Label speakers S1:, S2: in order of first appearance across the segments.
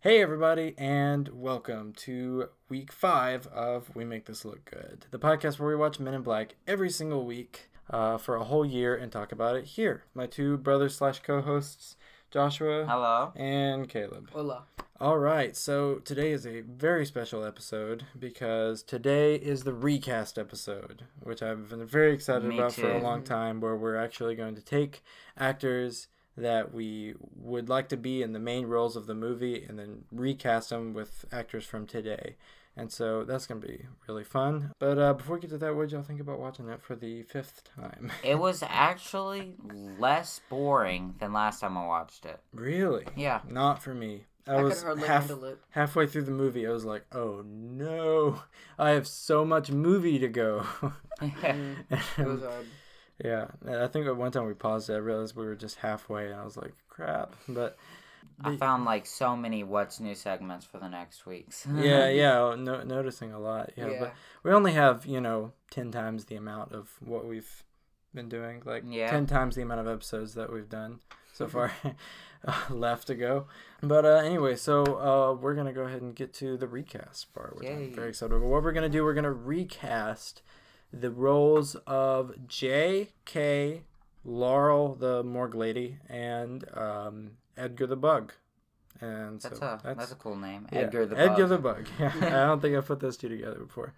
S1: Hey, everybody, and welcome to week five of We Make This Look Good, the podcast where we watch Men in Black every single week uh, for a whole year and talk about it here. My two brothers slash co hosts, Joshua
S2: Hello.
S1: and Caleb.
S3: Hola.
S1: All right, so today is a very special episode because today is the recast episode, which I've been very excited
S2: Me
S1: about for a
S2: too.
S1: long time, where we're actually going to take actors that we would like to be in the main roles of the movie and then recast them with actors from today. And so that's going to be really fun. But uh, before we get to that, what did y'all think about watching that for the fifth time?
S2: It was actually less boring than last time I watched it.
S1: really?
S2: Yeah.
S1: Not for me. I,
S3: I,
S1: was
S3: could hardly
S1: half,
S3: handle it.
S1: halfway through the movie, I was like, "Oh no, I have so much movie to go." eh,
S3: Mm. It was hard.
S1: yeah, and I think at one time we paused. it, I realized we were just halfway, and I was like, "Crap!" But
S2: I found like so many what's new segments for the next weeks.
S1: yeah, yeah, no, noticing a lot. Yeah, but we only have you know ten times the amount of what we've been doing, like
S2: Yeah. Mm-hmm.
S1: ten times the amount of episodes that we've done so far uh, left to go. But uh, anyway, so uh, we're gonna go ahead and get to the recast part, which I'm
S2: Yay.
S1: very excited about. What we're gonna do, we're gonna recast the roles of J. K. Laurel, the morgue lady, and um, Edgar the Bug. And
S2: That's
S1: so
S2: a that's, a cool name.
S1: yeah,
S2: Edgar the
S1: Edgar the
S2: Bug.
S1: Bug. Yeah, I don't think I put those two together before.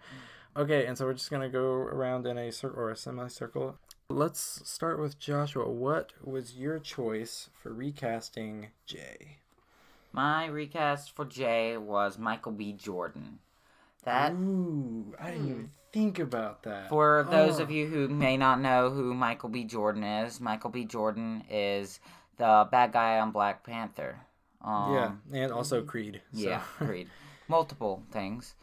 S1: Okay, and so we're just gonna go around in a circle or a semicircle. Let's start with Joshua. What was your choice for recasting Jay?
S2: My recast for Jay was Michael B. Jordan. That Hmm.
S1: Ooh, I didn't even think about that.
S2: For those
S1: Oh.
S2: of you who may not know who Michael B. Jordan is, Michael B. Jordan is the bad guy on Black Panther. Um,
S1: yeah, and also Creed. So. Mm-hmm.
S2: Yeah, Creed. Multiple things.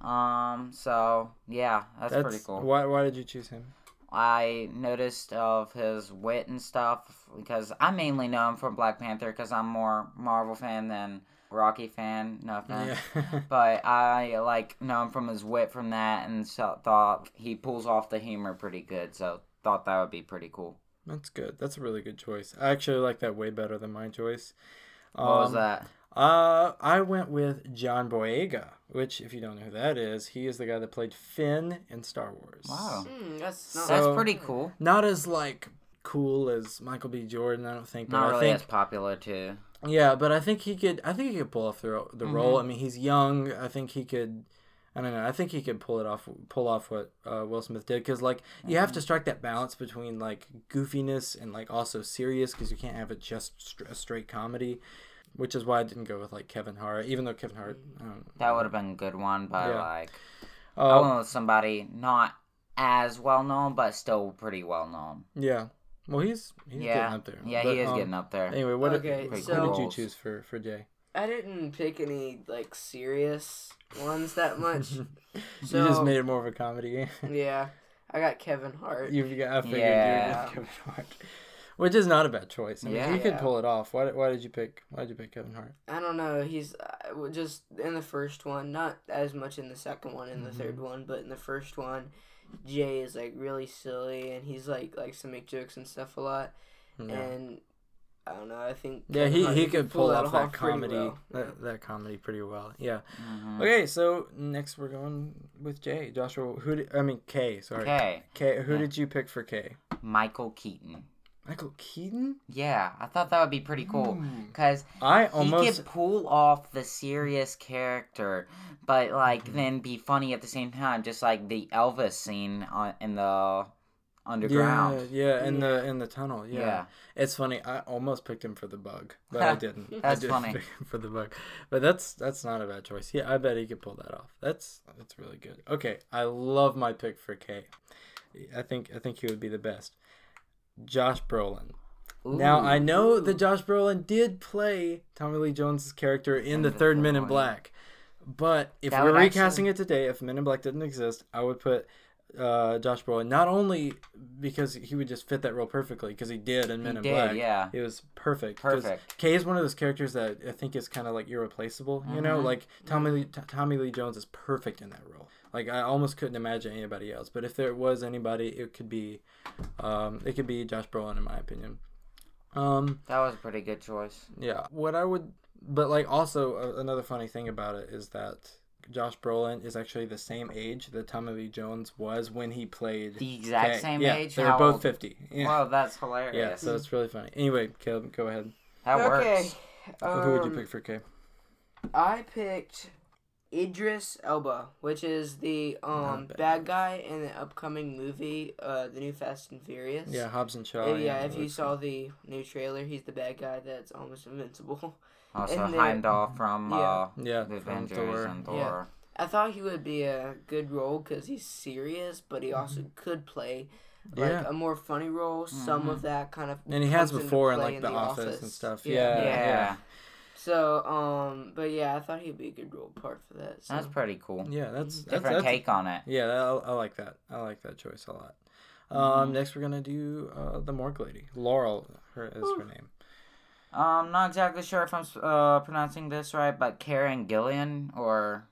S2: Um, so yeah, that's,
S1: That's
S2: pretty cool.
S1: Why, why did you choose him?
S2: I noticed of his wit and stuff because I mainly know him from Black Panther because I'm more Marvel fan than Rocky fan. No offense
S1: Yeah.
S2: but I like know him from his wit from that, and so thought he pulls off the humor pretty good. So thought that would be pretty cool.
S1: That's good. That's a really good choice. I actually like that way better than my choice.
S2: What was
S1: Um,
S2: that?
S1: Uh, I went with John Boyega, which, if you don't know who that is, he is the guy that played Finn in Star Wars.
S2: Wow.
S3: Mm, that's not.
S2: Oh, That's
S1: so-
S2: pretty cool.
S1: Not as like cool as Michael B. Jordan, I don't think. But
S2: Not
S1: I
S2: really
S1: think,
S2: as popular too.
S1: yeah, but I think he could. I think he could pull off the the
S2: Mm-hmm.
S1: role. I mean, he's young. I think he could. I don't know. I think he could pull it off. Pull off what uh, Will Smith did because like you
S2: Mm-hmm.
S1: have to strike that balance between like goofiness and like also serious because you can't have it just str- a straight comedy. Which is why I didn't go with like Kevin Hart, even though Kevin Hart.
S2: Mm.
S1: I don't
S2: That would have been a good one, but
S1: Yeah.
S2: like I
S1: Uh,
S2: went with somebody not as well known, but still pretty well known.
S1: yeah. Well, he's he's getting
S2: yeah,
S1: up there.
S2: yeah,
S1: But,
S2: he is
S1: um,
S2: getting up there.
S1: Anyway, what,
S3: Okay,
S1: what
S3: so-
S1: did you choose for for Jay?
S3: I didn't pick any like serious ones that much.
S1: you
S3: So-
S1: just made it more of a comedy.
S3: yeah, I got Kevin Hart.
S1: You've got I figured
S2: Yeah.
S1: you were gonna pick Kevin Hart, which is not a bad choice. I mean,
S2: Yeah.
S1: he could
S3: Yeah.
S1: pull it off. Why, why did you pick Why did you pick Kevin Hart?
S3: I don't know. He's uh, w- just in the first one, not as much in the second one and the third
S1: Mm-hmm.
S3: one, but in the first one, Jay is like really silly and he's like likes to make jokes and stuff a lot.
S1: Yeah,
S3: And I don't know. I think
S1: Hmm. yeah,
S3: Kevin
S1: he,
S3: Hart
S1: he could pull off that
S3: pretty
S1: comedy
S3: well.
S1: that, that comedy pretty well. Yeah.
S2: Mhm.
S1: Okay, so next we're going with Jay Joshua. Who did, I mean K? Sorry,
S2: Okay,
S1: K. Who
S2: Yeah.
S1: did you pick for K?
S2: Michael Keaton.
S1: Michael Keaton.
S2: Yeah, I thought that would be pretty cool
S1: Ooh.
S2: because
S1: I
S2: he
S1: Hmm. almost
S2: could pull off the serious character, but like
S1: Mm-hmm.
S2: then be funny at the same time, just like the Elvis scene on, in the underground.
S1: Yeah, yeah, in the in the tunnel. Yeah.
S2: Yeah.
S1: it's funny. I almost picked him for the bug, but I didn't. I
S2: That's
S1: didn't
S2: funny.
S1: pick him for the bug, but that's that's not a bad choice. Yeah, I bet he could pull that off. That's that's really good. Okay, I love my pick for K. I think I think he would be the best. Josh Brolin. Now I know that Josh Brolin did play Tommy Lee Jones' character in the third Men in
S2: one.
S1: Black, but if
S2: That
S1: we're
S2: would actually-
S1: recasting it today, if Men in Black didn't exist, I would put uh, Josh Brolin, not only because he would just fit that role perfectly, because he did in Men
S2: he
S1: in
S2: did,
S1: Black.
S2: yeah.
S1: It was perfect. 'cause
S2: Perfect.
S1: Kay is one of those characters that I think is kind of like irreplaceable. You know,
S2: Mhm.
S1: like Tommy Lee, T- Tommy Lee Jones is perfect in that role. Like I almost couldn't imagine anybody else. But if there was anybody, it could be, um, it could be Josh Brolin in my opinion. Um,
S2: That was a pretty good choice.
S1: yeah. What I would, but like also uh, another funny thing about it is that Josh Brolin is actually the same age that Tommy Lee Jones was when he played.
S2: The exact
S1: Kay.
S2: same
S1: yeah,
S2: age.
S1: They were
S2: how
S1: both
S2: old-
S1: fifty. Yeah.
S2: Whoa, that's
S1: yeah,
S2: hilarious.
S1: so it's really funny. Anyway, Caleb, go ahead.
S2: that
S3: okay.
S2: works.
S1: Who would you
S3: um,
S1: pick for K?
S3: I picked Idris Elba, which is the um
S1: bad.
S3: bad guy in the upcoming movie, uh, the new Fast and Furious.
S1: Yeah, Hobbs and Shaw.
S3: If- yeah, if you
S1: that's-
S3: saw the new trailer, he's the bad guy that's almost invincible.
S2: Also
S3: and the-
S2: Heimdall from
S3: Yeah.
S2: uh,
S1: Yeah,
S2: the
S1: from
S2: Avengers
S1: Thor.
S2: and
S3: Yeah.
S2: Thor.
S3: I thought he would be a good role because he's serious, but he also could play like
S1: Mm-hmm. yeah, Mm-hmm.
S3: a more funny role. Some
S2: Mhm.
S3: of that kind of
S1: and he has
S3: comes into
S1: before in
S3: play
S1: like The, office, and stuff. Yeah,
S2: Yeah.
S1: yeah.
S3: So um, but yeah, I thought he'd be a good role part for that. So.
S2: that's pretty cool.
S1: Yeah, that's that's,
S2: Different
S1: that's-
S2: take on it.
S1: Yeah, I, I like that. I like that choice a lot. Um,
S2: Mm-hmm.
S1: Next, we're gonna do uh, the morgue lady. Laurel, her is her name.
S2: Um, not exactly sure if I'm uh, pronouncing this right, but Karen Gillian or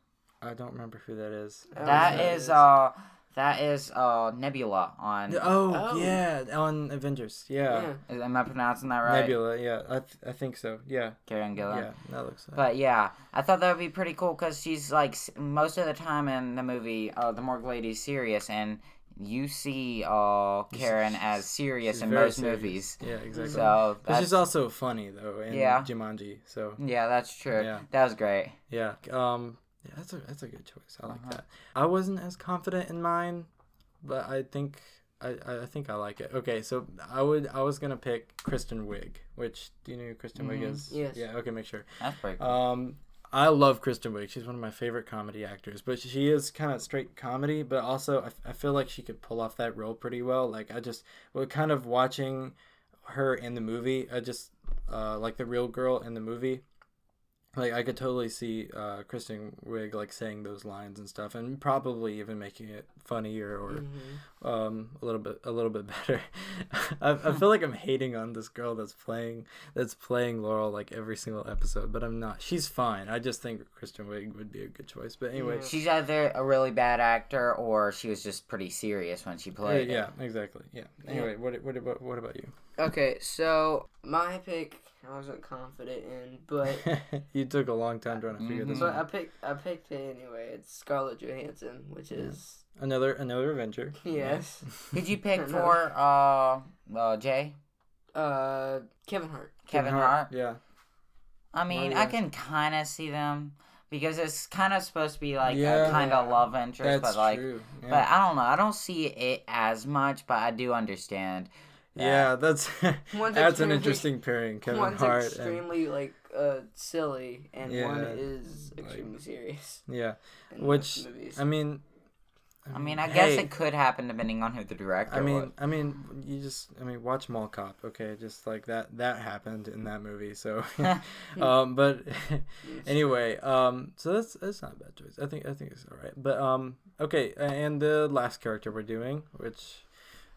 S1: I don't remember who that is.
S3: I don't
S2: that
S3: know who that
S2: is
S3: is.
S2: uh that is uh Nebula on.
S1: Oh,
S3: Oh.
S1: yeah, on Avengers. Yeah,
S3: yeah.
S2: Am I pronouncing that right?
S1: Nebula. Yeah, I th- I think so. Yeah,
S2: Karen Gillan.
S1: yeah, that looks. Like...
S2: But yeah, I thought that would be pretty cool because she's like s- most of the time in the movie, uh, the morgue lady's serious, and you see uh Karen as serious
S1: She's
S2: in
S1: very
S2: most
S1: serious.
S2: movies.
S1: Yeah, exactly.
S2: So
S1: But
S2: that's
S1: she's also funny though in
S2: Yeah.
S1: Jumanji. So
S2: yeah, that's true.
S1: Yeah.
S2: That was great.
S1: Yeah. Um. Yeah, that's a that's a good choice. I like
S2: Uh-huh.
S1: that. I wasn't as confident in mine, but I think I, I I think I like it. Okay, so I would I was gonna pick Kristen Wiig, which do you know who Kristen Wiig
S2: Mm-hmm.
S1: is?
S3: Yes.
S1: Yeah. Okay, make sure.
S2: That's pretty cool.
S1: Um. I love Kristen Wiig. She's one of my favorite comedy actors, but she is kind of straight comedy. But also, I, f- I feel like she could pull off that role pretty well. Like I just, well, kind of watching her in the movie. I just uh, like the real girl in the movie like I could totally see uh, Kristen Wiig like saying those lines and stuff, and probably even making it funnier or
S3: Mhm.
S1: um, a little bit a little bit better. I, I feel like I'm hating on this girl that's playing that's playing Laurel like every single episode, but I'm not. She's fine. I just think Kristen Wiig would be a good choice. But anyway,
S3: Yeah.
S2: She's either a really bad actor or she was just pretty serious when she
S1: uh,
S2: played. it.
S1: yeah, exactly. Yeah. Anyway, what what about what about you?
S3: Okay, so my pick I wasn't confident in, but
S1: you took a long time trying to figure this
S2: Mm-hmm.
S3: but
S1: out.
S3: I picked I picked it anyway. It's Scarlett Johansson, which is
S1: Another another Avenger.
S3: yes,
S2: Who'd you pick
S3: I know.
S2: for uh, uh Jay?
S3: uh, Kevin Hart.
S2: Kevin, Hart.
S1: Yeah.
S2: I mean, I
S1: yeah.
S2: can kind of see them because it's kind of supposed to be like
S1: Yeah.
S2: a kind of love interest,
S1: That's
S2: but like,
S1: true. Yeah.
S2: but I don't know. I don't see it as much, but I do understand.
S1: Yeah, that's
S3: One's
S1: that's an
S3: extremely-
S1: interesting pairing, Kevin
S3: one's
S1: Hart. and-
S3: extremely like uh silly, and one
S1: Yeah,
S3: is
S1: like-
S3: extremely serious.
S1: yeah,
S3: in both
S1: which
S3: movies.
S1: I mean,
S2: I mean, I guess
S1: Mm. hey,
S2: it could happen depending on who the director
S1: I
S2: was.
S1: mean, I mean, you just, I mean, watch Mall Cop, okay? Just like that, that happened in that movie. So, um, but anyway, um, so that's that's not a bad choice. I think I think it's all right. But um, okay, a- and the last character we're doing, which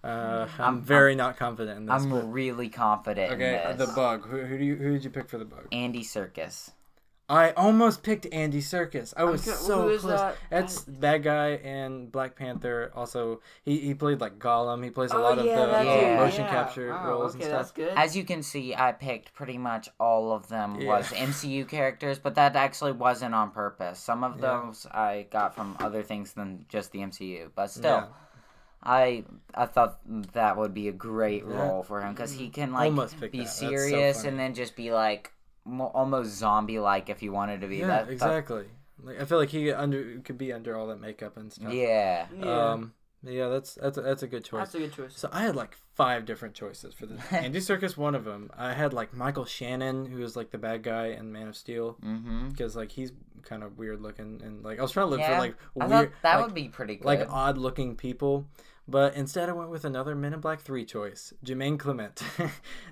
S1: uh, I'm,
S2: Mm. I'm-
S1: very not confident in this.
S2: I'm
S1: but-
S2: really confident
S1: okay,
S2: in
S1: the
S2: this.
S1: bug. Who, who do you who did you pick for the bug?
S2: Andy Circus.
S1: I almost picked Andy Circus. I was
S3: co-
S1: so
S3: who is
S1: close.
S3: that?
S1: That's that guy in Black Panther. Also, he, he played like Gollum. He plays a
S3: Oh,
S1: lot of
S3: yeah,
S1: the
S3: that
S1: uh,
S2: dude,
S1: motion
S3: yeah.
S1: capture
S3: Wow,
S1: roles
S3: okay,
S1: and
S3: that's
S1: stuff.
S3: good.
S2: As you can see, I picked pretty much all of them
S1: Yeah.
S2: was MCU characters, but that actually wasn't on purpose. Some of
S1: Yeah.
S2: those I got from other things than just the MCU, but still,
S1: Yeah.
S2: I I thought that would be a great role for him because he can like
S1: Almost picked
S2: be
S1: that. That's so
S2: serious
S1: funny.
S2: and then just be like mo- almost zombie like if he wanted to be.
S1: Yeah,
S2: that, that-
S1: exactly. Like I feel like he under could be under all that makeup and stuff.
S2: yeah.
S3: yeah,
S1: Um. Yeah. That's that's a, that's a good choice.
S3: that's a good choice.
S1: So I had like five different choices for this. Andy Circus, one of them. I had like Michael Shannon, who is like the bad guy in Man of Steel,
S2: Mm-hmm.
S1: because like he's kind of weird looking, and like I was trying to look
S2: Yeah.
S1: for like
S2: I
S1: weird.
S2: thought that
S1: like,
S2: would be pretty good.
S1: like odd looking people. But instead, I went with another Men in Black 3 choice, Jermaine Clement,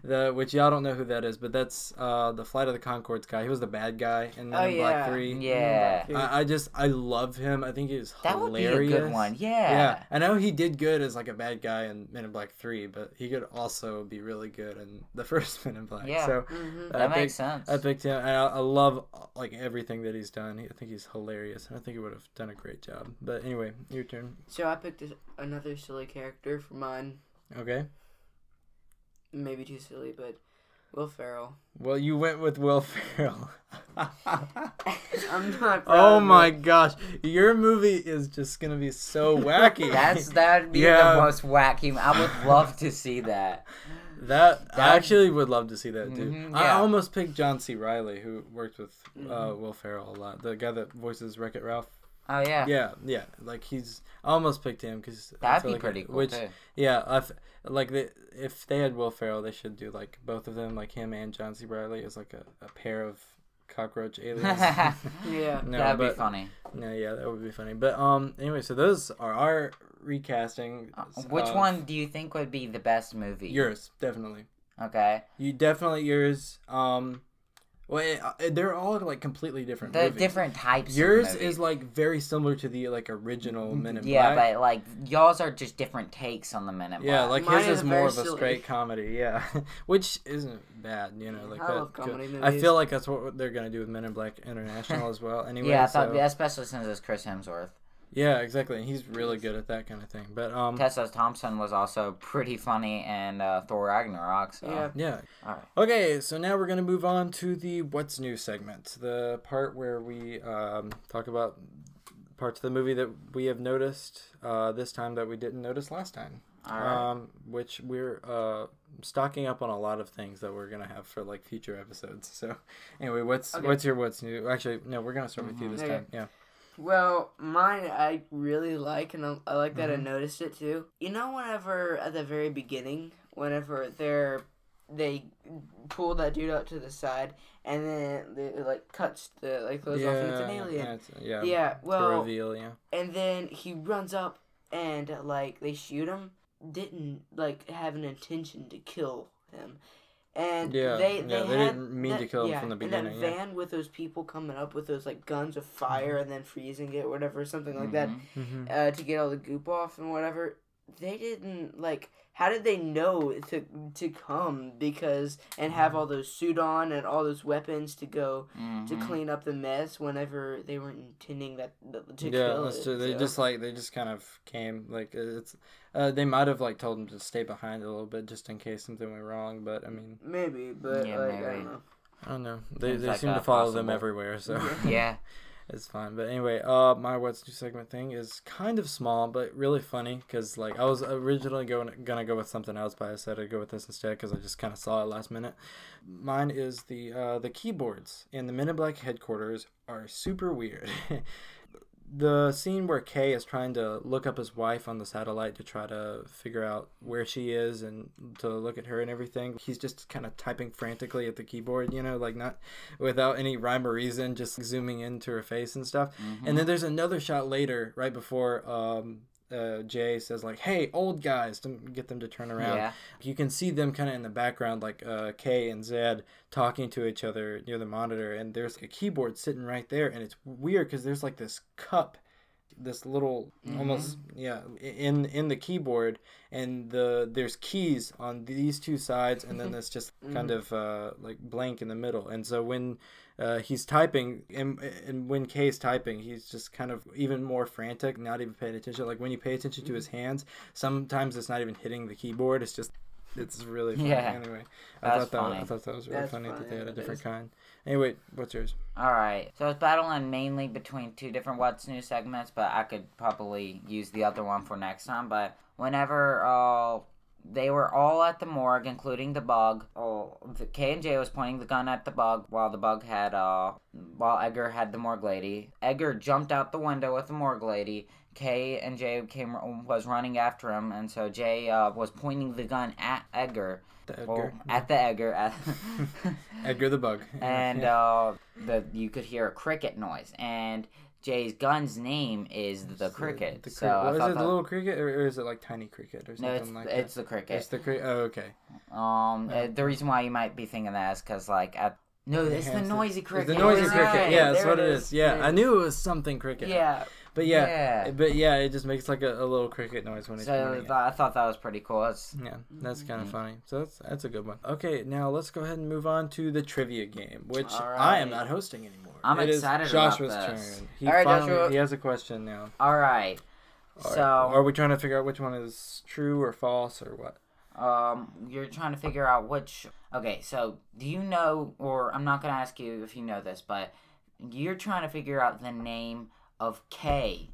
S1: the, which y'all don't know who that is, but that's uh, the Flight of the Concords guy. He was the bad guy in Men
S3: Oh,
S1: in
S3: yeah.
S1: Black 3.
S2: Yeah.
S1: I, I just, I love him. I think he's
S2: That would
S1: hilarious.
S2: be a good one. Yeah.
S1: Yeah, I know he did good as like a bad guy in Men in Black Three, but he could also be really good in the first Men in Black.
S2: Yeah. Mm,
S1: So
S3: hmm
S2: That
S1: I
S2: makes
S1: picked,
S2: sense.
S1: I picked him. And I, I love like everything that he's done. He- I think he's hilarious, and I think he would have done a great job. But anyway, your turn.
S3: So I picked this, another silly character for mine.
S1: Okay.
S3: Maybe too silly, but Will Ferrell.
S1: Well, you went with Will Ferrell.
S3: I'm not. Proud
S1: oh
S3: of
S1: my
S3: it.
S1: gosh, your movie is just gonna be so wacky.
S2: That's that'd be
S1: Yeah.
S2: the most wacky. I would love to see that.
S1: That, I
S2: That-
S1: actually would love to see that too.
S2: Mhm,
S1: I
S2: yeah. Mm-hmm.
S1: almost picked John C. Riley, who worked with uh, Will Ferrell a lot, the guy that voices Wreck It Ralph.
S2: Oh yeah,
S1: Yeah, yeah, like he's. I almost picked him because
S2: that'd be pretty cool
S1: Which,
S2: too.
S1: yeah, I f- like the, if they had Will Ferrell, they should do like both of them, like him and John C. Riley, as like a, a pair of cockroach aliens.
S3: Yeah.
S1: no,
S2: that'd
S1: but,
S2: be funny.
S1: No, yeah, that would be funny. But um, anyway, so those are our recasting.
S2: Uh, Which
S1: of
S2: one do you think would be the best movie?
S1: Yours, definitely.
S2: okay.
S1: You definitely yours. Um, well, it, uh, they're all like completely different.
S2: The
S1: movies.
S2: different types.
S1: Yours
S2: of movies. Mm-hmm.
S1: is like very similar to the like original Men in
S2: yeah,
S1: Black.
S2: but like y'all's are just different takes on the Men in Black.
S1: yeah, like
S3: Mine
S1: his
S3: is
S1: is more
S3: very
S1: of a
S3: silly.
S1: straight comedy. Yeah, which isn't bad. You know, like
S3: I
S1: that-
S3: love comedy
S1: good. I
S3: movies.
S1: feel like that's what they're gonna do with Men in Black International as well. Anyway,
S2: yeah, I
S1: so-
S2: thought, especially since it's Chris Hemsworth.
S1: yeah, exactly. And he's really good at that kind of thing. But um,
S2: Tessa Thompson was also pretty funny in uh, Thor Ragnarok. So.
S3: Yeah.
S1: yeah.
S2: All right.
S1: Okay, so now we're gonna move on to the what's new segment, the part where we um, talk about parts of the movie that we have noticed uh, this time that we didn't notice last time.
S2: All right.
S1: Um, which we're uh, stocking up on a lot of things that we're gonna have for like future episodes. So, anyway, what's
S3: Okay. Mm-hmm.
S1: what's your what's new? Actually, no, we're gonna start with you this
S3: Okay.
S1: time. Yeah.
S3: Well, mine I really like, and I, I like that
S1: Mm-hmm.
S3: I noticed it too. You know, whenever at the very beginning, whenever they're they pull that dude out to the side, and then they, it, like cuts the like clothes off, and it's an alien.
S1: that's- yeah.
S3: Yeah,
S1: yeah.
S3: well,
S1: reveal. Yeah.
S3: and then he runs up and like they shoot him. Didn't like have an intention to kill him, and
S1: Yeah,
S3: they
S1: yeah,
S3: they,
S1: they
S3: had
S1: didn't mean to
S3: that-
S1: kill him
S3: yeah,
S1: from the
S3: And
S1: beginning,
S3: that
S1: yeah.
S3: van with those people coming up with those like guns of fire and then freezing it, whatever, something like that,
S2: Mhm.
S1: Mm-hmm.
S3: uh, to get all the goop off and whatever. They didn't like. How did they know to to come because and
S1: Mm-hmm.
S3: have all those suit on and all those weapons to go to
S1: Mm-hmm.
S2: Mhm.
S3: clean up the mess whenever they weren't intending that, that to
S1: yeah,
S3: kill
S1: that's
S3: it,
S1: true. They
S3: so.
S1: just like they just kind of came like it's. Uh, they might have like told him to stay behind a little bit just in case something went wrong, but I mean,
S3: Maybe, but
S2: Yeah,
S3: like I
S2: maybe.
S3: don't know.
S1: I don't know. They
S2: Seems
S1: they
S2: like
S1: seem to
S2: that
S1: follow them
S2: possible.
S1: everywhere, so
S2: Mm-hmm. Yeah.
S1: it's fine. But anyway, uh, my what's new segment thing is kind of small but really funny because like I was originally going gonna go with something else, but I said I'd go with this instead because I just kind of saw it last minute. Mine is the uh, the keyboards in the Men in Black headquarters are super weird. the scene where Kay is trying to look up his wife on the satellite to try to figure out where she is and to look at her and everything, he's just kind of typing frantically at the keyboard, you know, like not without any rhyme or reason, just zooming into her face and stuff. And then there's another shot later, right before um, uh, Jay says, like, hey, old guys, to get them to turn around
S2: Mm-hmm. Yeah.
S1: you can see them kind of in the background, like uh, K and Zed talking to each other near the monitor, and there's a keyboard sitting right there, and it's weird because there's like this cup, this little almost yeah in in the keyboard, and the there's keys on these two sides, and then there's just kind of uh, like blank in the middle, and so when uh, he's typing, and, and when Kay's typing, he's just kind of even more frantic, not even paying attention. Like when you pay attention to his
S2: Mm-hmm.
S1: hands, sometimes it's not even hitting the keyboard; it's just it's really funny.
S2: Yeah.
S1: Anyway, I
S2: That's
S1: thought that I
S2: funny.
S1: thought that was really
S3: That's
S1: funny, that
S3: funny,
S1: they had a
S3: that
S1: different
S3: is.
S1: kind. Anyway, what's yours?
S2: All right. So I was battling mainly between two different what's new segments, but I could probably use the other one for next time. But whenever uh, they were all at the morgue, including the bug, oh, the K and J was pointing the gun at the bug while the bug had uh, while Edgar had the morgue lady. Edgar jumped out the window with the morgue lady. K and J came was running after him, and so J uh, was pointing the gun at Edgar,
S1: The Edgar,
S2: Well, at the Edgar, at
S1: Edgar the bug.
S2: and
S1: Yeah.
S2: uh, the you could hear a cricket noise. And Jay's gun's name is the cricket.
S1: The,
S2: so
S1: cri-
S2: I
S1: well, is
S2: thought
S1: it
S2: that-
S1: the little cricket or, or is it like tiny cricket or something
S2: no, it's,
S1: like that?
S2: it's the cricket.
S1: It's the cricket. Oh, okay.
S2: Um, uh, the reason why you might be thinking that is because, like, at no,
S1: It
S2: it's the
S1: has the-
S2: noisy
S1: It's
S2: cricket.
S1: the noisy
S2: You're
S1: cricket.
S2: right.
S1: Yeah, that's
S3: there
S1: what
S3: it
S1: it
S3: is.
S1: is. Yeah,
S3: There-
S1: I knew it was something cricket.
S3: Yeah.
S1: But yeah, but yeah, it just makes like a, a little cricket noise when it's
S2: So
S1: pointing.
S2: th- I thought that was pretty cool. It's,
S1: Yeah, that's kind
S2: Mhm.
S1: of funny. So that's that's a good one. Okay, now let's go ahead and move on to the trivia game, which
S3: All
S1: I am
S3: right.
S1: not hosting anymore.
S2: I'm
S1: It is
S2: excited about
S1: Joshua's
S2: this.
S1: turn. He
S3: All right,
S1: finally
S3: Joshua.
S1: he has a question now.
S2: all right.
S1: All right,
S2: so,
S1: are we trying to figure out which one is true or false or what?
S2: um, you're trying to figure out which. Okay, so do you know, or I'm not gonna ask you if you know this, but you're trying to figure out the name of K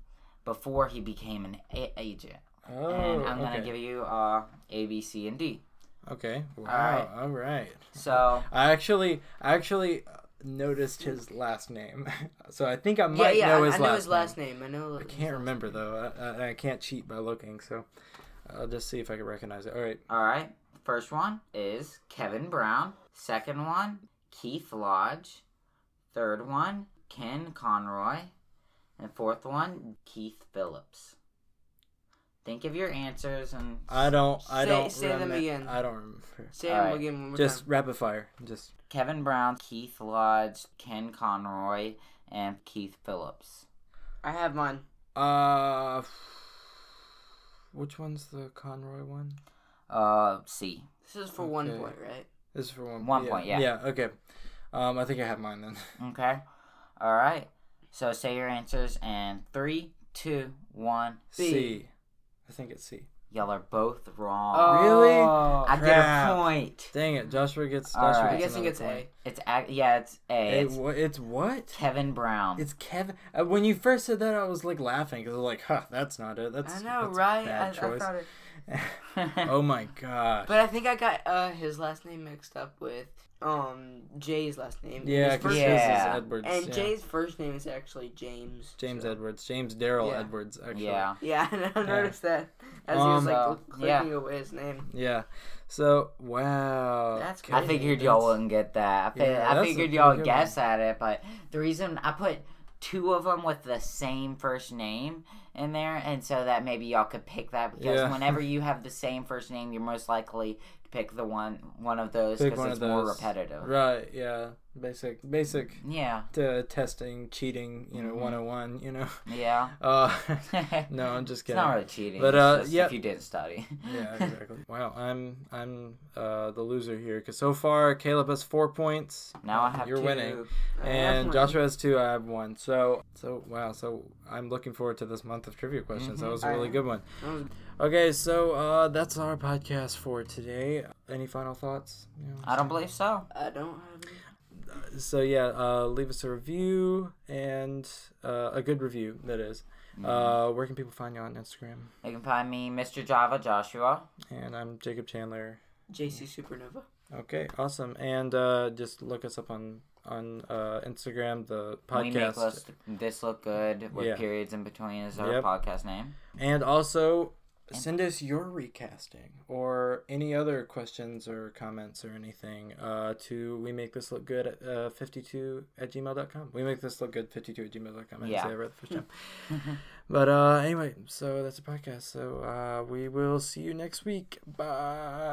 S2: before he became an a- agent.
S1: Oh,
S2: and I'm
S1: okay.
S2: gonna give you uh, A, B, C, and D.
S1: okay. Wow.
S2: right.
S1: All right.
S2: So
S1: I actually I actually noticed his last name, so I think I
S3: Yeah,
S1: might
S3: yeah.
S1: know
S3: I,
S1: his
S3: I
S1: last
S3: know his
S1: name.
S3: last name. I know.
S1: I can't remember though. I, I, I can't cheat by looking, so I'll just see if I can recognize it. All right.
S2: All right. First one is Kevin Brown. Second one, Keith Lodge. Third one, Ken Conroy. And fourth one, Keith Phillips. Think of your answers and
S1: I don't. I
S3: Say-
S1: don't.
S3: say them
S1: remem-
S3: again.
S1: I don't remember.
S3: Say
S2: All
S3: him
S2: right.
S3: again one more
S1: Just
S3: time.
S1: rapid fire. Just
S2: Kevin Brown, Keith Lodge, Ken Conroy, and Keith Phillips.
S3: I have mine.
S1: uh, which one's the Conroy one?
S2: Uh, C.
S3: This is for one
S1: Okay.
S3: point, right?
S1: This is for one.
S2: One point, yeah.
S1: Yeah. Okay. Um, I think I have mine then.
S2: Okay. All right. So say your answers and three, two, one.
S1: C.
S3: C.
S1: I think it's C.
S2: Y'all are both wrong.
S1: Really?
S3: Oh,
S2: I get a
S1: crap.
S2: point.
S1: Dang it, Joshua gets.
S2: All
S1: Joshua
S2: right.
S3: I'm guessing
S1: another
S3: it's A.
S1: point.
S2: It's ac- yeah, it's A.
S1: Hey,
S2: It's
S1: wha- it's what?
S2: Kevin Brown.
S1: It's Kevin. Uh, when you first said that, I was like laughing because I was like, "Huh, that's not it. That's
S3: I know,
S1: that's a
S3: right? I,
S1: Bad
S3: I
S1: choice.
S3: thought it.
S1: oh my gosh.
S3: But I think I got uh, his last name mixed up with um Jay's last name. and
S1: yeah,
S3: his
S1: because
S3: first-
S2: Yeah.
S1: is Edwards.
S3: And
S1: yeah.
S3: Jay's first name is actually James.
S1: James
S3: so-
S1: Edwards, James Daryl
S3: Yeah.
S1: Edwards, actually.
S2: yeah.
S3: Yeah, I noticed that as he
S1: Um,
S3: was like
S2: uh, yeah.
S3: clicking away his name.
S1: Yeah. So wow.
S3: That's
S1: Okay,
S2: I figured y'all
S1: that's-
S2: wouldn't get that. I, fi-
S1: Yeah,
S2: I
S1: that's a
S2: figured
S1: pretty
S2: y'all
S1: good
S2: would guess at it, but the reason I put two of them with the same first name in there, and so that maybe y'all could pick that because
S1: Yeah.
S2: whenever you have the same first name, you're most likely to pick the one one of those
S1: Pick
S2: because
S1: one
S2: it's
S1: of
S2: more
S1: those.
S2: repetitive.
S1: Right. Yeah. Basic. Basic.
S2: Yeah,
S1: Uh, testing, cheating. You know,
S3: Mm-hmm.
S2: Mhm.
S1: one hundred and one. You know.
S2: yeah.
S1: Uh,
S2: it's
S1: no, I'm just kidding.
S2: not really cheating.
S1: But,
S2: But
S1: uh, yeah.
S2: if you didn't study.
S1: yeah, exactly. wow, I'm I'm uh, the loser here because so far Caleb has four points.
S2: Now I have
S1: You're
S2: two.
S1: winning,
S3: I have
S1: and
S3: one.
S1: Joshua has two. I have one. So so wow. So I'm looking forward to this month of trivia questions. That
S2: Mhm.
S1: was a really
S3: Mm-hmm. I-
S1: good one.
S3: That was-
S1: Okay, so uh, that's our podcast for today. Any final thoughts? You know,
S2: I don't believe so.
S3: I don't have. any-
S1: so yeah, uh, leave us a review and uh, a good review. That is.
S3: Mm-hmm.
S1: Uh, where can people find you on Instagram?
S2: You can find me, Mr. Java Joshua.
S1: And I'm Jacob Chandler.
S3: JC Supernova.
S1: Okay, awesome. And uh, just look us up on on uh, Instagram, the
S2: We make
S1: podcast,
S2: this, this look good with
S1: Yeah.
S2: periods in between is our
S1: Yep.
S2: podcast name.
S1: and also send us your recasting or any other questions or comments or anything uh, to we make this look good at uh, 52 at gmail.com we make this look good 52 at gmail.com i didn't
S2: Yeah.
S1: say it right the first time but uh, anyway so that's a podcast so uh, we will see you next week bye.